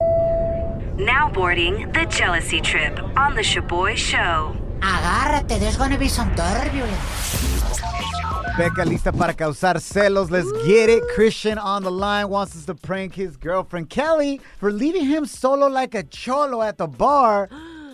Now boarding the jealousy trip on the Shaboy Show. Agárrate, there's gonna be some turbulence. Becca lista para causar celos. Let's get it. Christian on the line wants us to prank his girlfriend Kelly for leaving him solo like a cholo at the bar.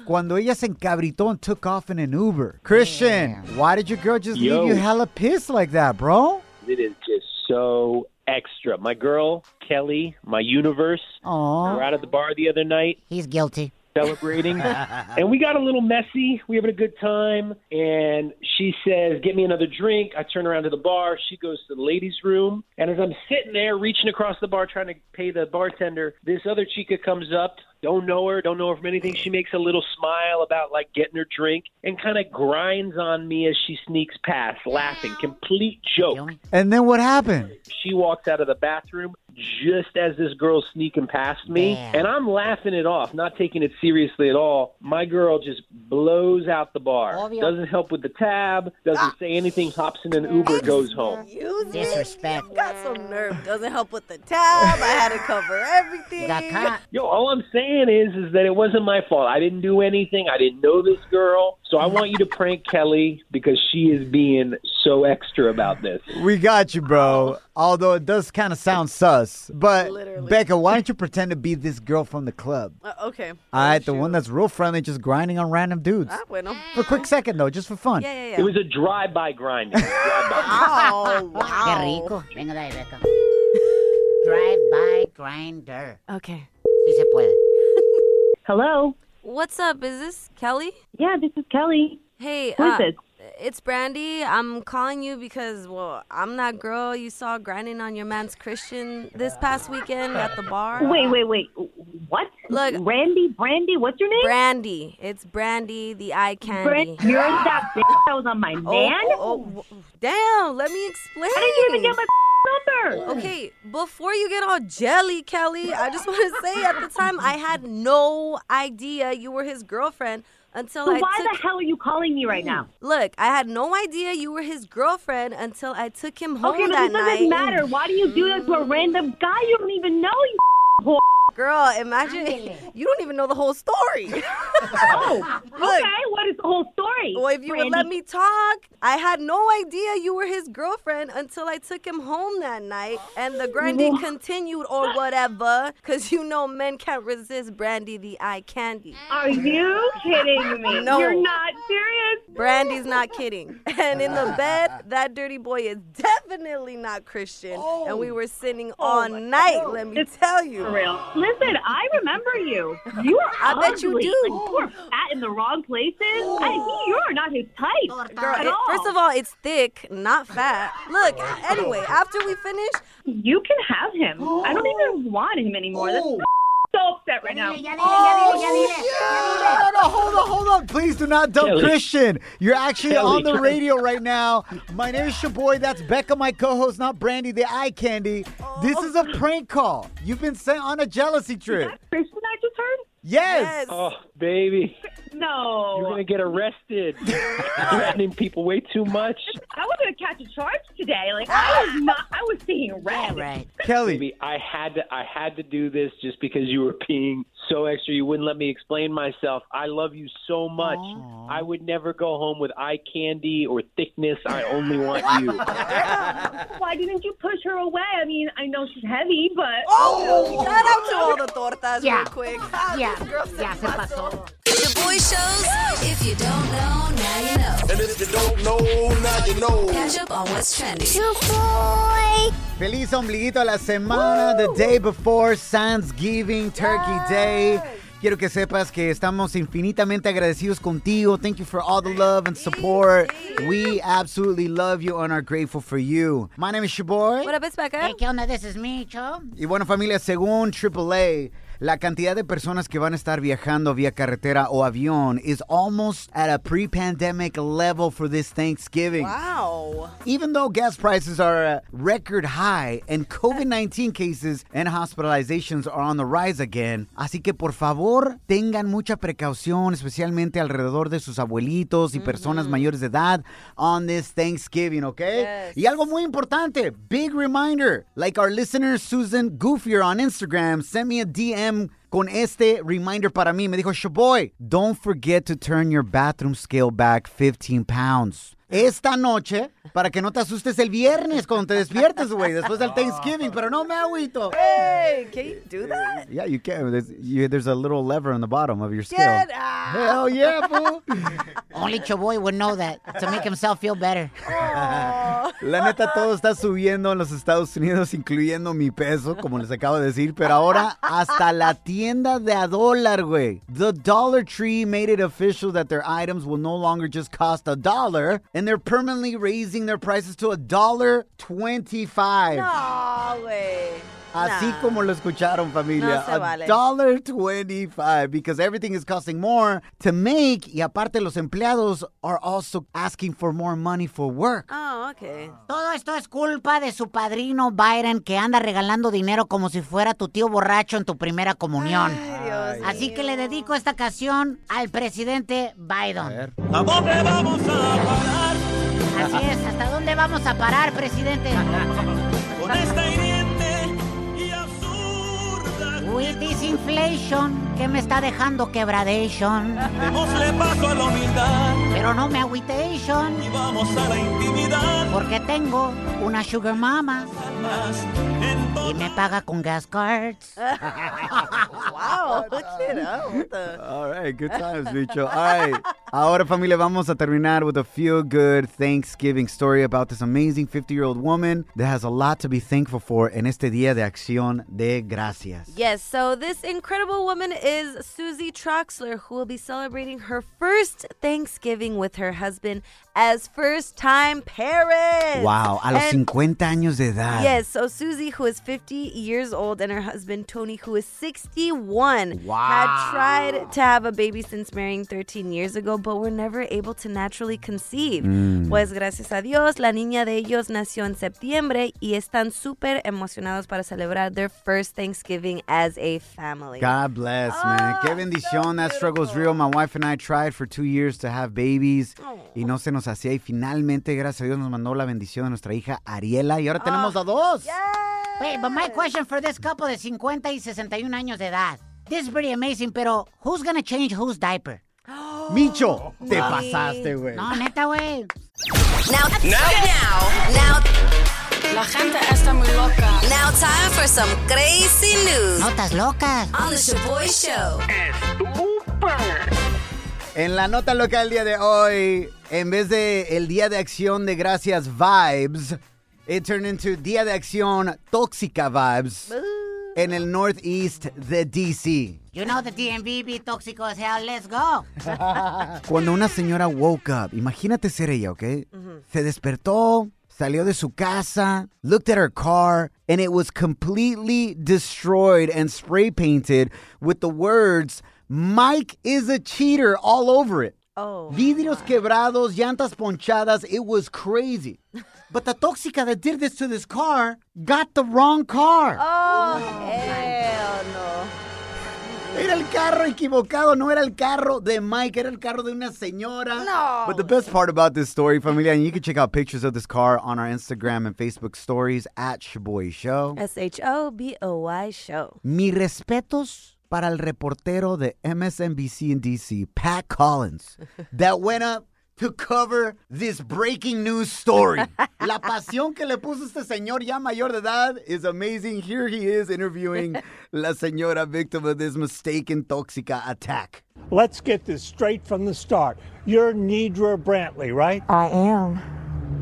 Cuando ella se encabritó and took off in an Uber. Christian, why did your girl just Yo. leave you hella pissed like that, bro? It is just so extra. My girl, Kelly, my universe. Aw. We're out at the bar the other night He's guilty. celebrating. and we got a little messy. We were having a good time. And she says, Get me another drink. I turn around to the bar. She goes to the ladies' room. And as I'm sitting there reaching across the bar trying to pay the bartender, this other chica comes up. Don't know her, don't know her from anything. She makes a little smile about like getting her drink and kind of grinds on me as she sneaks past, laughing. Complete Oh. joke. And then what happened? She walks out of the bathroom just as this girl's sneaking past me, Damn. and I'm laughing it off, not taking it seriously at all. My girl just blows out the bar. Obvio. Doesn't help with the tab, doesn't say anything, hops in an Uber, goes home. Use Disrespect. Got some nerve. Doesn't help with the tab. I had to cover everything. You got caught. Yo, all I'm saying is is that it wasn't my fault. I didn't do anything. I didn't know this girl. So I want you to prank Kelly because she is being so extra about this. We got you, bro. Although it does kind of sound sus. But, Literally. Becca, why don't you pretend to be this girl from the club? Uh, okay. All right, the one that's real friendly, just grinding on random dudes. Ah, bueno. For a quick second, though, just for fun. Yeah, yeah, It yeah. was a drive-by grinding. drive-by. oh, Ah, Qué wow. rico. Venga de ahí, Beca. Drive-by grinder. Okay. Sí se puede. Hello. What's up? Is this Kelly? Yeah, this is Kelly. Hey, Who is uh, this? it's Brandy. I'm calling you because, well, I'm that girl you saw grinding on your man's Christian this past weekend at the bar. Wait, wait, wait. What? Look- Randy, Brandy, what's your name? Brandy. It's Brandy, the eye candy. Brand- You're that bitch that was on my Oh, man. oh, oh, damn, let me explain. How did you even get my number? Okay, before you get all jelly, Kelly, I just want to say at the time I had no idea you were his girlfriend until So I why took the hell are you calling me right now? Look, I had no idea you were his girlfriend until I took him home Okay, but that this night. doesn't matter. Why do you do that to a random guy you don't even know? You whore? Girl, imagine you don't even know the whole story. Oh, Look. okay. What is the whole story? Well, if you would let Brandy? me talk, I had no idea you were his girlfriend until I took him home that night, and the grinding continued or whatever, because you know men can't resist Brandy the eye candy. Are you kidding me? No. You're not serious. Brandy's not kidding. And in the bed, that dirty boy is definitely not Christian. And Oh. we were sitting all night, let me It's tell you. For real. Listen, I remember you. You are I ugly. bet you do. Like, you are fat in the wrong places. I, he- you are not his type. Oh. Girl, at it- all. first of all, it's thick, not fat. Look, anyway, after we finish, You can have him. I don't Oh. even want him anymore. That's so upset right now. Ya dile, ya dile, ya dile. No, Oh, no, no, hold on, hold on. Please do not dump Kelly. Christian. You're actually Kelly. on the radio right now. My name is your boy. That's Becca, my co host, not Brandy, the eye candy. This is a prank call. You've been sent on a jealousy trip. Christian, I just heard? Yes. yes. Oh, baby. No. You're gonna get arrested. Threatening people way too much. I was gonna catch a charge today. Like Ah! I was not. I was seeing red. Right. Kelly. Baby, I had to. I had to do this just because you were being so extra. You wouldn't let me explain myself. I love you so much. I would never go home with eye candy or thickness. I only want you. Why didn't you push her away? I mean, I know she's heavy, but Oh, shout out to all the tortas Yeah. real quick. Ah, Yeah, this girl said ya se pasó. The boy shows. If you don't know, now you know. And if you don't know, now you know. Catch up on what's trending. Feliz ombliguito a la semana, the day before Thanksgiving, Turkey Day. Quiero que sepas que estamos infinitamente agradecidos contigo. Thank you for all the love and support. We absolutely love you and are grateful for you. My name is Shaboy. What up, it's Becca? Hey, Eh, ¿qué onda? This is me, Cho. Y bueno, familia, según AAA, la cantidad de personas que van a estar viajando vía carretera o avión is almost at a pre-pandemic level for this Thanksgiving. Wow. Even though gas prices are at record high and COVID-19 cases and hospitalizations are on the rise again, así que por favor tengan mucha precaución, especialmente alrededor de sus abuelitos y personas mayores de edad on this Thanksgiving, okay? Yes. Y algo muy importante, big reminder, like our listener Susan Goofier on Instagram sent me a DM con este reminder para mí. Me dijo, Shaboy, don't forget to turn your bathroom scale back 15 pounds. Esta noche, para que no te asustes el viernes cuando te despiertes, güey, después del Thanksgiving, pero no me agüito. Hey, can you do that? Yeah, you can. There's, you, there's a little lever on the bottom of your scale. Get out. Hell yeah, fool. Only Cho Boy would know that to make himself feel better. La neta, todo está subiendo en los Estados Unidos, incluyendo mi peso, como les acabo de decir. Pero ahora, hasta la tienda de a dólar, güey. The Dollar Tree made it official that their items will no longer just cost a dollar, and they're permanently raising their prices to a dollar twenty-five. No, way. Así Nah. como lo escucharon, familia. No se vale. dollar twenty-five because everything is costing more to make, y aparte los empleados are also asking for more money for work. Oh, okay. Todo esto es culpa de su padrino Byron que anda regalando dinero como si fuera tu tío borracho en tu primera comunión. Ay, Dios Así que le dedico esta canción al presidente Biden. Así es, ¿hasta dónde vamos a parar, presidente? With this inflation que me está dejando quebradation. Pero no me agüitation. Porque tengo una sugar mama. Y me paga con gas cards. Wow, look it up. What the- All right, good times, Micho. All right. Ahora, familia, vamos a terminar with a feel good Thanksgiving story about this amazing 50 year old woman that has a lot to be thankful for en este Día de Acción de Gracias. Yes, so this incredible woman is Susie Troxler, who will be celebrating her first Thanksgiving with her husband as first time parents. Wow, a los And- 50 años de edad. Yes, so Susie, who is 50 years old, and her husband Tony, who is 61, had tried to have a baby since marrying 13 years ago, but were never able to naturally conceive. Pues gracias a Dios, la niña de ellos nació en septiembre y están súper emocionados para celebrar their first Thanksgiving as a family. God bless, man. Oh, Qué so bendición. that struggle's real. My wife and I tried for two years to have babies y no se nos hacía. Y finalmente, gracias a Dios, nos mandó la bendición de nuestra hija Ariela. Y ahora tenemos a dos. Wait, but my question for this couple de 50 y 61 años de edad. This is pretty amazing, pero who's gonna change whose diaper? Micho, te pasaste, güey. No, neta, güey. Now, now time for some crazy news Notas locas. on the Shaboy Show. En la nota local del día de hoy, en vez de el Día de Acción de Gracias Vibes, it turned into Día de Acción Tóxica Vibes en el Northeast de DC. You know the DMV be tóxico as hell. Let's go. Cuando una señora woke up, imagínate ser ella, ¿ok? Se despertó, salió de su casa, looked at her car, and it was completely destroyed and spray painted with the words, Mike is a cheater all over it. Oh. Vidrios quebrados, llantas ponchadas. It was crazy. But the toxica that did this to this car got the wrong car. Oh, hell no. Era el carro equivocado, no era el carro de Mike, era el carro de una señora. No. But the best part about this story, familia, and you can check out pictures of this car on our Instagram and Facebook stories at Shaboy Show. S H O B O Y show. Mis respetos para el reportero de MSNBC in DC, Pat Collins, that went up to cover this breaking news story. La pasión que le puso este señor ya mayor de edad is amazing. Here he is interviewing la señora victim of this mistaken toxica attack. Let's get this straight from the start. You're Nidra Brantley, right? I am.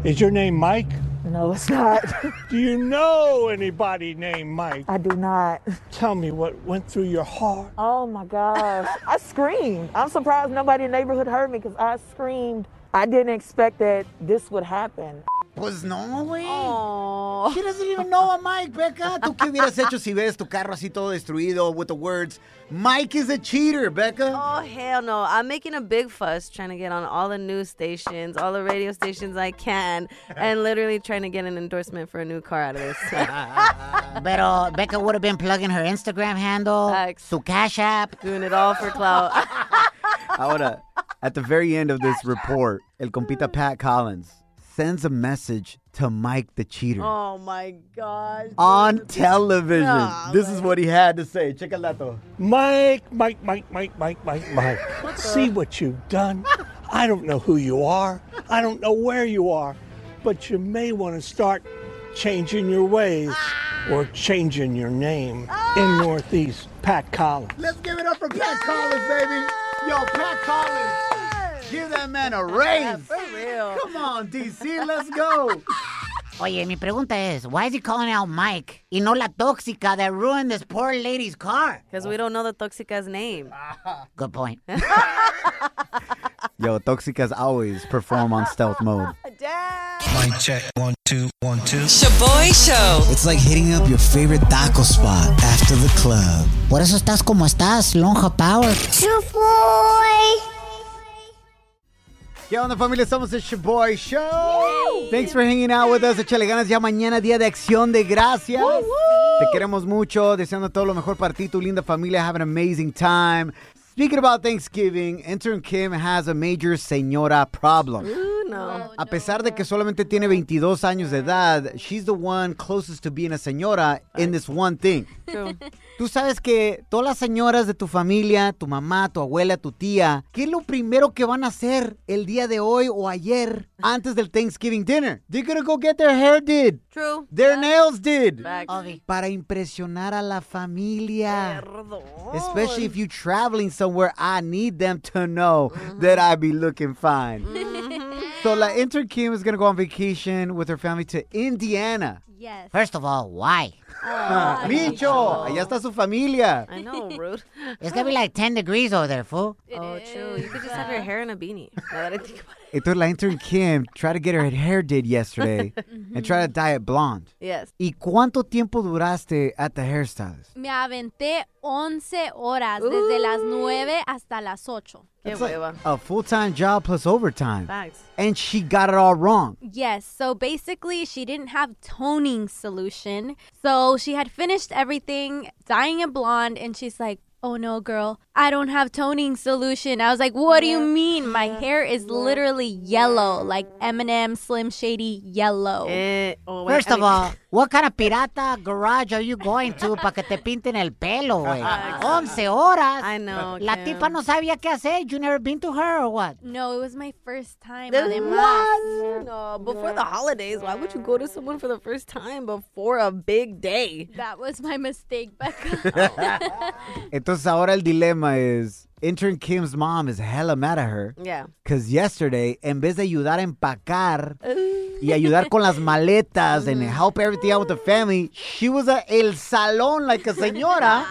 Is your name Mike? Uh, No, it's not. Do you know anybody named Mike? I do not. Tell me what went through your heart. Oh my gosh. I screamed. I'm surprised nobody in the neighborhood heard me because I screamed. I didn't expect that this would happen. Pues no, güey. She doesn't even know a Mike, Becca. ¿Tú qué hubieras hecho si ves tu carro así todo destruido with the words, Mike is a cheater, Becca? Oh hell no! I'm making a big fuss trying to get on all the news stations, all the radio stations I can, and literally trying to get an endorsement for a new car out of this. Pero Becca would have been plugging her Instagram handle, su Cash App. Doing it all for clout. Ahora, at the very end of this report, el compita Pat Collins sends a message to Mike the cheater oh my gosh. Oh. on television. No, this is what he had to say. Check it out, though. Mike, Mike, Mike, Mike, Mike, Mike, Mike. See what you've done? I don't know who you are. I don't know where you are. But you may want to start changing your ways or changing your name in Northeast. Pat Collins. Let's give it up for Pat Collins, baby. Yo, Pat Collins. Give that man a raise. Come on, DC, let's go. Oye, mi pregunta es, why is he calling out Mike y no la tóxica that ruined this poor lady's car? Because we don't know the toxica's name. Good point. Yo, Toxicas always perform on stealth mode. Mic check. One, two, one, two. Shaboy Show. It's like hitting up your favorite taco spot after the club. Por eso estás como estás, Lonja Power. ¿Qué onda familia? Estamos en Shaboy Show. Thanks for hanging out with us. Échale ganas ya mañana, día de acción de gracias. Te queremos mucho, deseando todo lo mejor para ti, tu linda familia. Have an amazing time. Speaking about Thanksgiving, intern Kim has a major señora problem. A pesar de que solamente tiene 22 años de edad, she's the one closest to being a señora in this one thing. Tú sabes que todas las señoras de tu familia, tu mamá, tu abuela, tu tía, ¿qué es lo primero que van a hacer el día de hoy o ayer antes del Thanksgiving dinner? They're gonna go get their hair did. True. Their nails did. Facts. Obvi. Para impresionar a la familia. Especially if you're traveling somewhere, I need them to know that I be looking fine. So La Inter Kim is gonna go on vacation with her family to Indiana. Yes. First of all, why? Ah, Micho, allá está su familia. I know, rude. It's gonna be like 10 degrees over there, fool. oh, true. You could just have your hair in a beanie. Now that I think about it. Entonces la intern Kim tried to get her hair did yesterday and tried to dye it blonde. Yes. ¿Y cuánto tiempo duraste at the hairstylist? Me aventé 11 horas, desde las 9 hasta las 8. That's like a full-time job plus overtime. Facts. And she got it all wrong. Yes, so basically she didn't have toning solution. So she had finished everything, dyeing it blonde, and she's like, Oh no, girl, I don't have toning solution. I was like, What do you mean? My hair is literally yellow, like Eminem Slim Shady yellow. Oh. Eh, oh, First of all, what kind of pirata garage are you going to para que te pinten el pelo, güey? Ah, 11 horas. I know, La Kim. tipa no sabía qué hacer. You never been to her or what? No, it was my first time. Then además. what? No, before the holidays, why would you go to someone for the first time before a big day? That was my mistake, Ah, Becca. Entonces ahora el dilema is intern Kim's mom is hella mad at her. Yeah. Because yesterday, en vez de ayudar a empacar y ayudar con las maletas and help everything out with the family, she was a el salón like a señora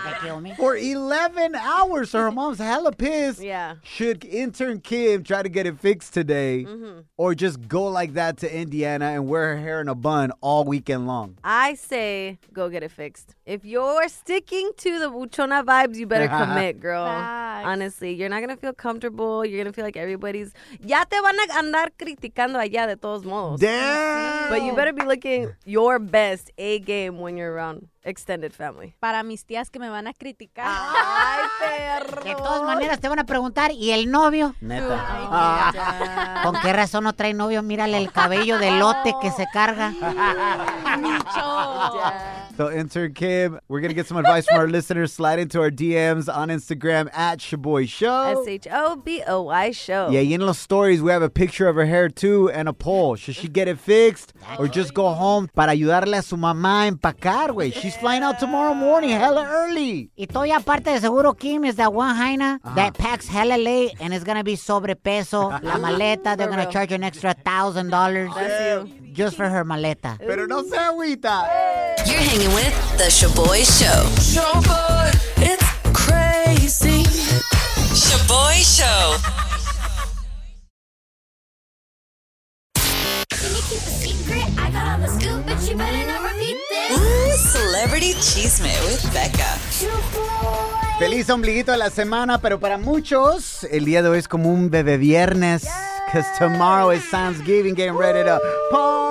for 11 hours. So her mom's hella pissed. Yeah. Should intern Kim try to get it fixed today Mm-hmm. or just go like that to Indiana and wear her hair in a bun all weekend long? I say go get it fixed. If you're sticking to the buchona vibes, you better commit, girl. Facts. Honestly, you're not gonna feel comfortable. You're gonna feel like everybody's ya te van a andar criticando allá de todos modos. Damn. But you better be looking your best a game when you're around extended family. Para mis tías que me van a criticar. De todas maneras te van a preguntar, ¿y el novio? Neta. ¿Con qué razón no trae novio? Mírale el cabello de lote que se carga. So, intern Kim, we're going to get some advice from our listeners. Slide into our DMs on Instagram at Shaboy Show. S H O B O Y show. Yeah, in those stories, we have a picture of her hair too and a poll. Should she get it fixed or just go home para ayudarle a su mamá a empacar, güey? She's flying out tomorrow morning, hella early. Y todavía aparte de seguro Kim is that one jaina that packs hella late and it's gonna be sobrepeso, la maleta, For they're gonna real. charge an extra thousand dollars. That's you. just for her maleta. Pero no se agüita. You're hanging with The Shaboy Show. Shaboy, it's crazy. Shaboy Show. Ooh, Celebrity Cheesemate with Becca. Feliz ombliguito de la semana, pero para muchos el día de hoy es como un bebé viernes. Because tomorrow is Thanksgiving, getting ready to party.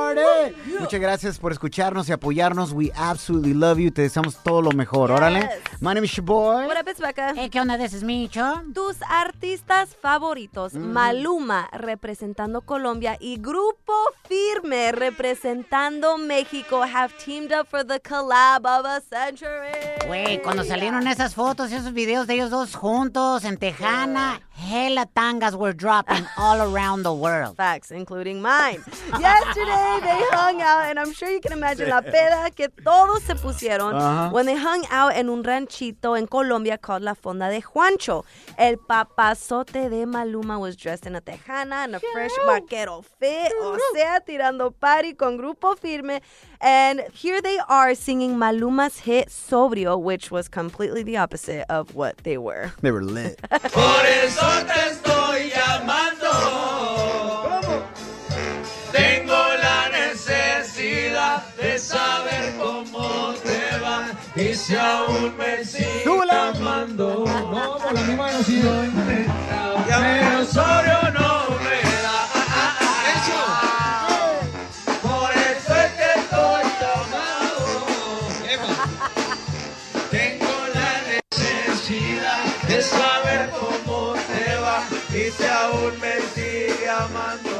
Muchas gracias por escucharnos y apoyarnos. We absolutely love you. Te deseamos todo lo mejor. Órale. My name is your boy. What up, it's Becca. Hey, ¿qué onda? This is me, Cho. Tus artistas favoritos. Maluma, representando Colombia, y Grupo Firme, representando México, have teamed up for the collab of a century. Güey, cuando salieron esas fotos y esos videos de ellos dos juntos en Tejana, hella tangas were dropping all around the world. Facts, including mine. Yesterday they hung out, and I'm sure you can imagine la peda que todos se pusieron Ajá. when they hung out en un ranchito en Colombia called La Fonda de Juancho. El papazote de Maluma was dressed in a tejana and a fresh vaquero fit, o sea, tirando party con grupo firme. And here they are singing Maluma's hit Sobrio, which was completely the opposite of what they were. They were lit. Por eso te estoy llamando. Tengo la necesidad de saber cómo te va. Y si aún me sigues amando, no por la misma velocidad. Pero solo no me da. Por eso es que estoy llamado. Tengo la necesidad de saber cómo te va y si aún me sigue amando.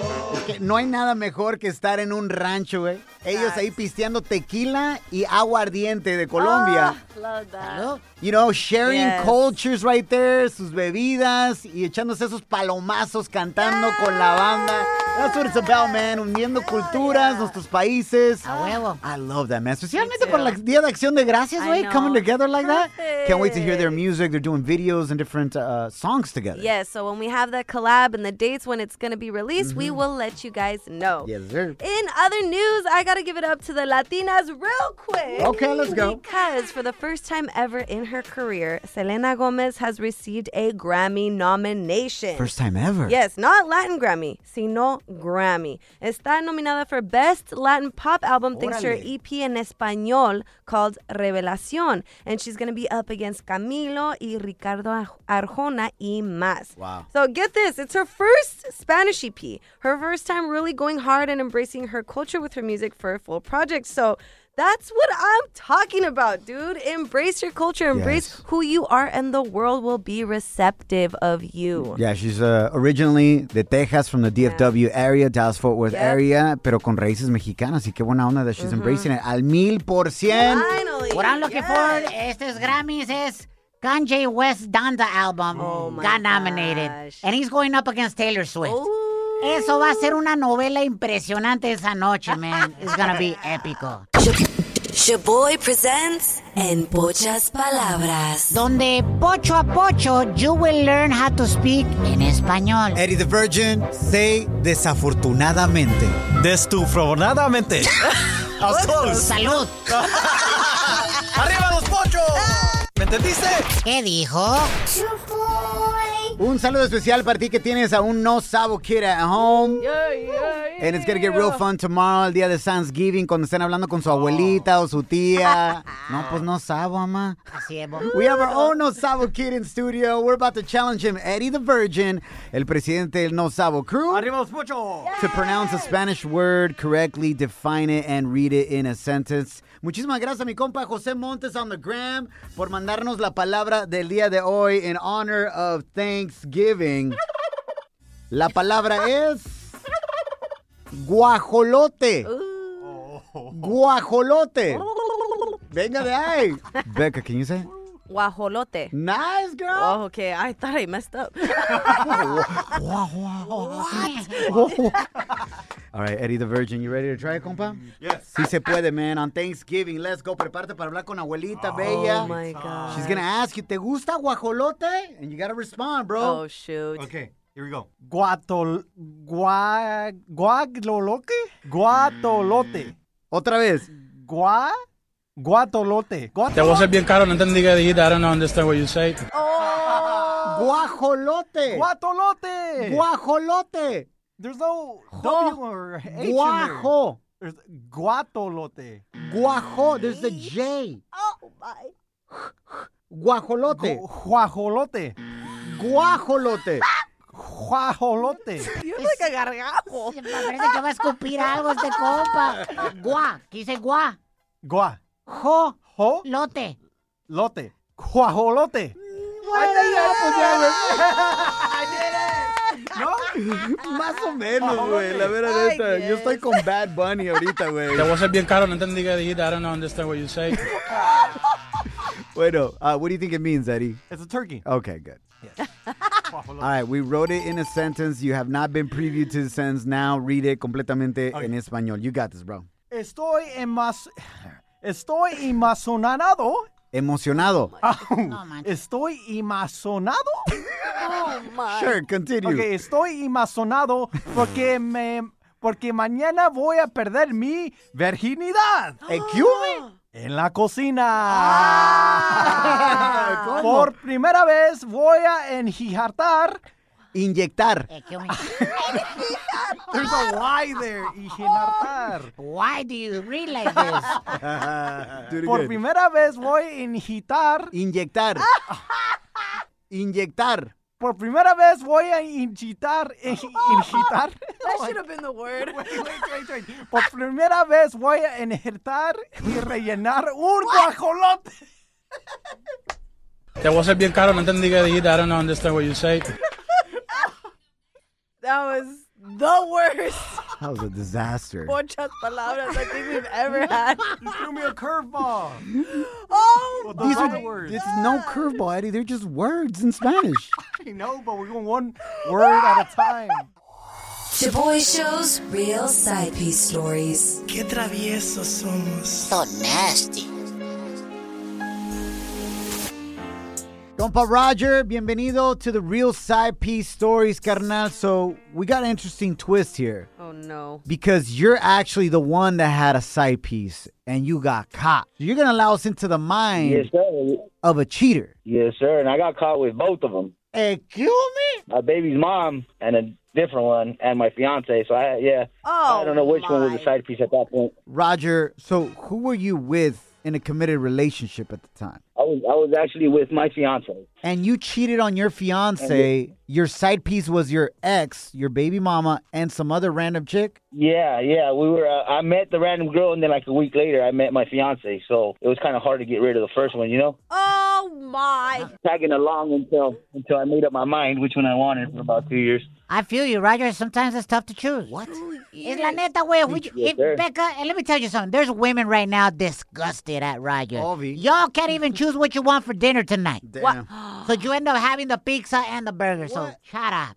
Que no hay nada mejor que estar en un rancho, güey. Ellos ahí pisteando tequila y agua ardiente de Ah. Colombia. Love that. You know, sharing Yes. cultures right there, sus bebidas y echándose esos palomazos cantando con la banda. That's what it's about, man. Uniendo culturas, nuestros países. Ah, A huevo. I love that, man. Especialmente por la Día de Acción de Gracias, I güey. know. Coming together like that. Can't wait to hear their music. They're doing videos and different uh, songs together. Yes, so when we have that collab and the dates when it's going to be released, we Mhm. will let you guys know. Yes, sir. In other news, I got to give it up to the Latinas real quick. Okay, let's go. Because for the first time ever in her career, Selena Gomez has received a Grammy nomination. First time ever. Yes, not Latin Grammy, sino Grammy. Está nominada for Best Latin Pop Album thanks to her Órale. EP in español called Revelación. And she's going to be up against Camilo y Ricardo Aj- Arjona y más. Wow. So get this, it's her first Spanish EP. Her first time really going hard and embracing her culture with her music for a full project. So that's what I'm talking about, dude. Embrace your culture, embrace who you are, and the world will be receptive of you. Yeah, she's uh, originally de Texas from the DFW area, Dallas Fort Worth area, pero con raíces mexicanas. Y qué buena onda that she's Mm-hmm. embracing it al mil por cien. What I'm looking for estos Grammys es Kanye West Donda album got nominated. And he's going up against Taylor Swift. Eso va a ser una novela impresionante esa noche, man. It's gonna be épico. Shaboy presents En Pochas Palabras. Donde pocho a pocho, you will learn how to speak en español. Eddie the Virgin, say desafortunadamente. Desafortunadamente. Salud. ¡Arriba los pochos! ¿Me entendiste? ¿Qué dijo? Un saludo especial para ti que tienes a un no sabo kid at home. And it's gonna get real fun tomorrow, el día de Thanksgiving, cuando estén hablando con su abuelita o su tía. No, pues no sabo, mamá. Así es, bo. We have our own No Sabo Kid in studio. We're about to challenge him, Eddie the Virgin, el presidente del No Sabo crew, ¡Arriba los pochos! to pronounce a Spanish word correctly, define it, and read it in a sentence. Muchísimas gracias, mi compa José Montes on the gram por mandarnos la palabra del día de hoy in honor of Thanksgiving. La palabra es guajolote. Guajolote. Oh. Venga de ahí. Becca, can you say? it? Guajolote. Nice, girl. Oh, okay, I thought I messed up. All right, Eddie the Virgin, you ready to try it, compa? Yes. Sí se puede, man. On Thanksgiving, let's go. Prepárate para hablar con abuelita bella. Oh, my God. She's gonna ask you, ¿te gusta guajolote? And you gotta respond, bro. Oh, shoot. Okay. Here we go. Guatol, gua, guagloloque, guatolote. Otra vez. Gua, guatolote. Te voy a ser bien caro, no entendí qué dijiste. I don't understand what you say. Guajolote. Guatolote. Guajolote. There's no Jo. W or H in there. Guajo. There's guatolote. Guajo. There's the J. Oh, my. Guajolote. Guajolote. Guajolote. Guajolote. You're like a gargajo. Me parece que va a escupir algo este compa. Guá, que dice guá. Gua. Jo. Jo. Lote. Lote. Guajolote. Más o menos, güey. La verdad neta. Yo estoy con Bad Bunny ahorita, güey. Te voy a ser bien caro, no entendí qué dijiste. I don't understand what you say. Bueno, uh, what do you think it means, Eddie? It's a turkey. Okay, good. All right, we wrote it in a sentence. You have not been previewed to the sentence. Now read it completamente en español. You got this, bro. Estoy emas... Estoy imazonado. Emocionado. Estoy imazonado. Oh, my. Sure, continue. Ok, estoy imazonado porque me... Porque mañana voy a perder mi virginidad. ¡Ah! ¿Excuse En la cocina. ¡Ah! Por primera vez voy a enjijartar. Inyectar. Eh, ¿qué hue- There's a Y there. Enjijartar. Why do you read like this? Do it Por again. primera vez voy a enjitar. Inyectar. Inyectar. Por primera vez voy a inchitar. Inchitar. That should have been the word. Por primera vez voy a injertar y rellenar un guajolote. Te voy a ser bien caro, no entendí qué dijiste. I don't understand what you say. That was the worst That was a disaster. pochas palabras I think we've ever had. You threw me a curveball. Oh, With the These wrong are, words. it's no curveball, Eddie. They're just words in Spanish. I know, but we're going one word at a time. Shaboy shows real side piece stories. Qué traviesos somos. So nasty. Compa Roger, bienvenido to the Real Side Piece Stories, carnal. So, we got an interesting twist here oh no. because you're actually the one that had a side piece and you got caught. You're going to allow us into the mind Yes, sir. of a cheater. Yes, sir. And I got caught with both of them. Excuse me? My baby's mom and a different one, and my fiance. So I, yeah, Oh, I don't know which one was my. the side piece at that point. Roger, so who were you with in a committed relationship at the time? I was, I was actually with my fiance. And you cheated on your fiance. Your side piece was your ex, your baby mama, and some other random chick. Yeah, yeah. We were. Uh, I met the random girl, and then like a week later, I met my fiance. So it was kind of hard to get rid of the first one, you know. Oh my. Tagging along until until I made up my mind which one I wanted for about two years. I feel you, Roger. Sometimes it's tough to choose. What? It's la neta, güey. We- Yes, eh? if- sir. Becca, and let me tell you something. There's women right now disgusted at Roger. Obvi. Y'all can't even choose what you want for dinner tonight. Damn. So you end up having the pizza and the burger. So shut up.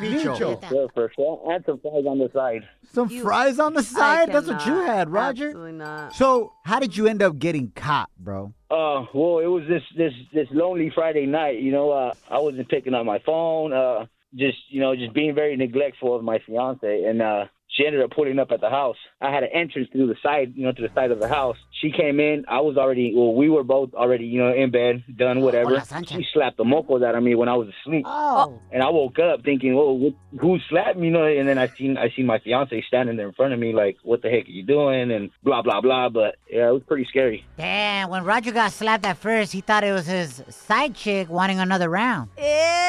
Bicho. Yeah, for sure. And some fries on the side. Some fries on the I side? That's what you cannot. had, Roger. Absolutely not. So, how did you end up getting caught, bro? Uh, well, it was this this this lonely Friday night. You know, uh, I wasn't picking up my phone. Uh, just you know, just being very neglectful of my fiance, and uh, she ended up pulling up at the house. I had an entrance through the side, you know, to the side of the house. She came in. I was already, well, we were both already, you know, in bed, done whatever. Hola, Sanchez. She slapped the mocos out of me when I was asleep, Oh. and I woke up thinking, "Well, wh- who slapped me?" You know, and then I seen I seen my fiance standing there in front of me, like, "What the heck are you doing?" and blah blah blah. But yeah, it was pretty scary. Damn, when Roger got slapped at first, he thought it was his side chick wanting another round.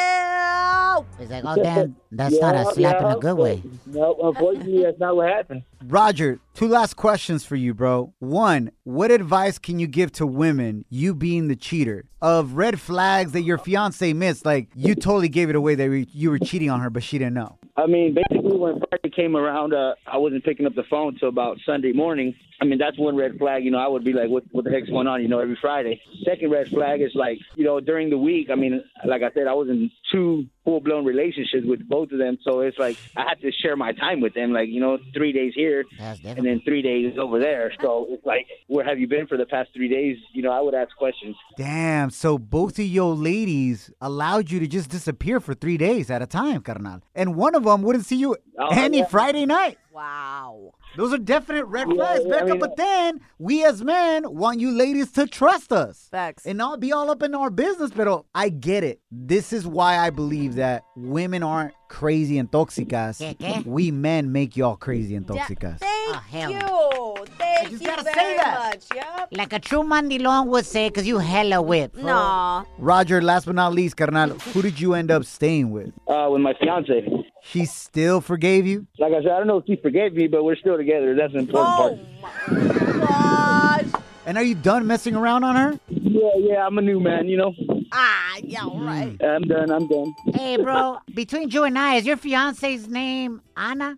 Ew. He's like, oh, damn, that's not a slap in a good way. No, unfortunately, that's not what happened. Roger, two last questions for you, bro. One, what advice can you give to women, you being the cheater, of red flags that your fiance missed? Like, you totally gave it away that you were cheating on her, but she didn't know. I mean, basically, when Friday came around, uh, I wasn't picking up the phone till about Sunday morning. I mean, that's one red flag. You know, I would be like, what, what the heck's going on? You know, every Friday. Second red flag is like, you know, during the week. I mean, like I said, I was in two full blown relationships with both of them, so it's like I had to share my time with them. Like, you know, three days here and then three days over there. So it's like, where have you been for the past three days? You know, I would ask questions. Damn, so both of your ladies allowed you to just disappear for three days at a time, carnal. And one of them wouldn't see you Oh, any yeah. Friday night. Wow. Those are definite red Yeah, flags, yeah, Becca. I mean- but then we as men want you ladies to trust us. Facts. And not be all up in our business, pero I get it. This is why I believe that women aren't crazy and toxicas. ¿Qué, qué? We men make y'all crazy and toxicas. Thank Oh, hell you. I Thank just you gotta very say that. much. Yep. Like a true Monday long would say, because you hella whip. No. Roger, last but not least, carnal, who did you end up staying with? Uh, with my fiance. She still forgave you? Like I said, I don't know if she forgave me, but we're still together. That's an important part. And are you done messing around on her? Yeah, yeah, I'm a new man, you know. Ah, yeah, all right. I'm done, I'm done. Hey, bro, between you and I, is your fiance's name Anna?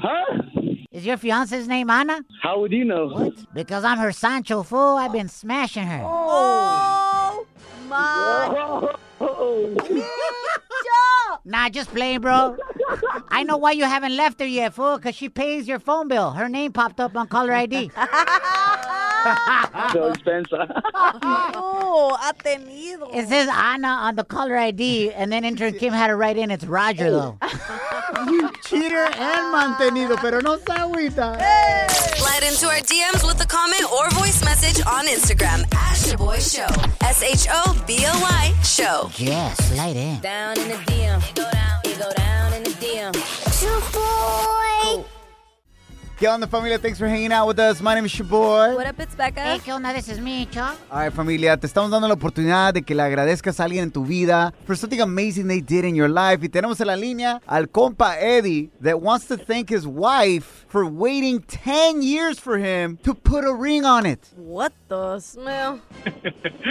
Huh? Is your fiance's name Anna? How would you know? Because I'm her Sancho fool. I've been smashing her. Oh, my. Oh, Joe. Nah, just playing, bro. I know why you haven't left her yet, fool, because she pays your phone bill. Her name popped up on caller ID. So expensive. Oh, ha tenido. It says Anna on the caller ID, and then intern Kim had to write in, it's Roger, though. You cheater and mantenido, pero no se agüita. Slide into our DMs with a comment or voice message on Instagram at Shaboy Show. S H O B O Y Show. Yeah, slide in. Down in the DM. You go down. You go down in the DM. Shaboy. ¿Qué onda, familia? Thanks for hanging out with us. My name is your boy. What up, it's Becca. Hey, ¿qué onda? This is me, Cho. All right, familia, te estamos dando la oportunidad de que le agradezcas a alguien en tu vida for something amazing they did in your life. Y tenemos en la línea al compa Eddie that wants to thank his wife for waiting 10 years for him to put a ring on it. What the smell?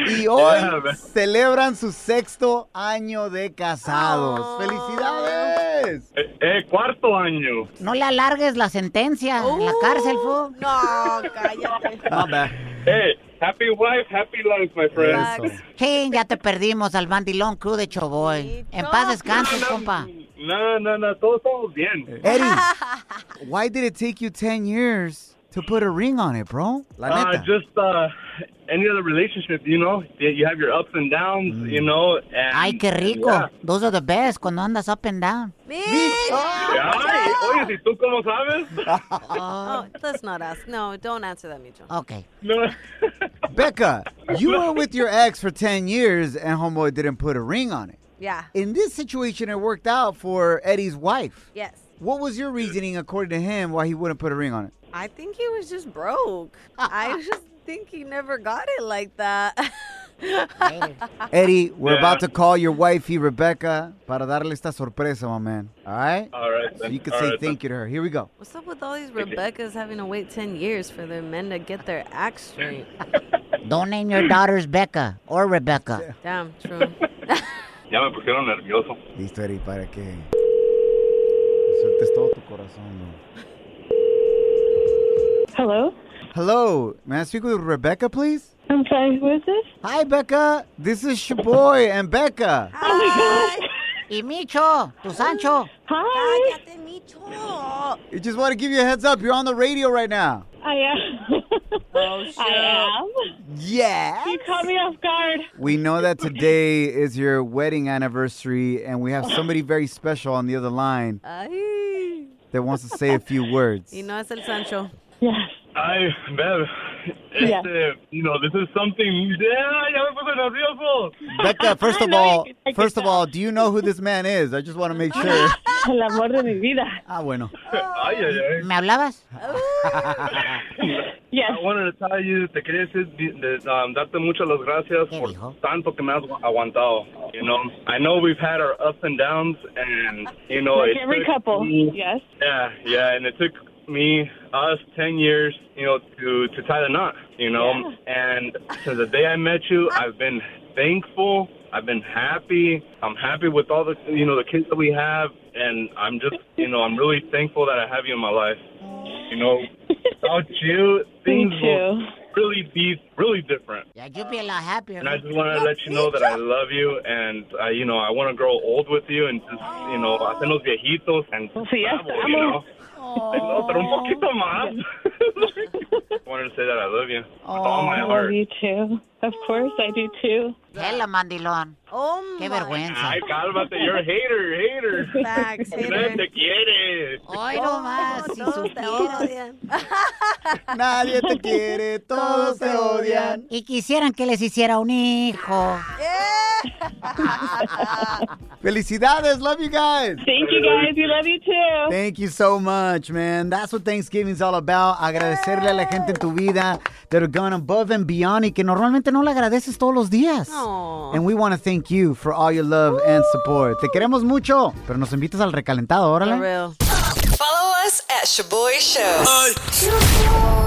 Y hoy Yeah, man. celebran su sexto año de casados. ¡Felicidades! Eh, eh, cuarto año. No le alargues la sentencia en la cárcel, fool. No, cállate. Hey, happy wife, happy life, my friend. Hey, ya te perdimos al bandilón crew de Choboy. En paz descanses, compa. No, no, no, todos estamos bien. Eh, Eddie, why did it take you 10 years to put a ring on it, bro? La Uh, neta. just uh, any other relationship, you know, you you have your ups and downs, you know. And, Ay, qué rico. Yeah. Those are the best cuando andas up and down. Ay, oye, si tú cómo sabes. Oh, let's not ask. No, don't answer that, Micho. Okay. No. Becca, you were with your ex for 10 years and homeboy didn't put a ring on it. Yeah. In this situation, it worked out for Eddie's wife. Yes. What was your reasoning, according to him, why he wouldn't put a ring on it? I think he was just broke. Ah, I just think he never got it like that. Eddie, we're Yeah. about to call your wifey, Rebecca, para darle esta sorpresa, my man. All right? All right. So then. you can All say right, thank you to her. Here we go. What's up with all these Rebeccas having to wait 10 years for their men to get their act straight? Don't name your daughters Becca or Rebecca. Damn, true. then. Ya me pusieron nervioso. Listo, Eddie, para que sueltes todo tu corazón, bro. Hello? Hello. May I speak with Rebecca, please? I'm sorry, who is this? Hi, Becca. This is your boy and Becca. Y Micho, tu Sancho. Hi. You just want to give you a heads up. You're on the radio right now. I am. Oh, shit. I am. Yeah. You caught me off guard. We know that today is your wedding anniversary, and we have somebody very special on the other line Ay. that wants to say a few words. Y no es el Sancho. Ay, Bev. Yeah. Este, you know, this is something. Yeah, ya me puse nervioso. Becca, first of No, all, I- I can first of all, do you know who this man is? I just want to make sure. El amor de mi vida. Ah, bueno. Ay, ay, ay. ¿Me hablabas? Yes. I wanted to tell you, te quería decir, de- de, um, darte muchas las gracias por tanto que me has aguantado. You know, I know we've had our ups and downs, and you know, like it every took couple. me- Yes. Yeah, yeah, and it took me us ten years, you know, to to tie the knot, you know. And since the day I met you, I've been thankful. I've been happy. I'm happy with all the you know the kids that we have, and I'm just you know I'm really thankful that I have you in my life. You know, without you, things will really be really different. Yeah, you'd be a lot happier. And I just want to let you know that I love you, and I, you know, I want to grow old with you, and just, you know, hacernos viejitos and travel, you know. I know, pero un poquito más. I wanted to say that I love you with all my I love heart. you too. Of course, I do too. Hella mandilón. Oh, Qué vergüenza. Ay, cálmate, you're a hater, hater. Facts, Nadie te quiere. Hoy no más, Oh, si supieras. Nadie te quiere, todos te odian. Y quisieran que les hiciera un hijo. Felicidades. Love you guys. Thank you guys. We love you too. Thank you so much, man. That's what Thanksgiving's all about. Agradecerle a la gente en tu vida that are gone above and beyond y que normalmente no le agradeces todos los días. And we want to thank you for all your love and support. Te queremos mucho, pero nos invitas al recalentado, órale. Follow us at Shaboy Show. Ay.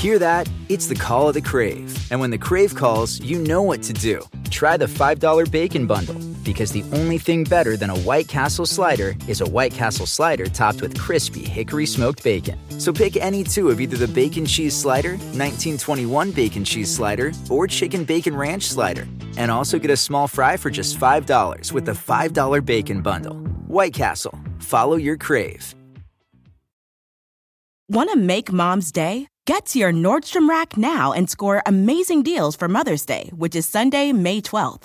Hear that? It's the call of the crave. And when the crave calls, you know what to do. Try the $5 bacon bundle, because the only thing better than a White Castle slider is a White Castle slider topped with crispy hickory smoked bacon. So pick any two of either the bacon cheese slider, 1921 bacon cheese slider, or chicken bacon ranch slider, and also get a small fry for just $5 with the $5 bacon bundle. White Castle, follow your crave. Want to make mom's day? Get to your Nordstrom Rack now and score amazing deals for Mother's Day, which is Sunday, May 12th.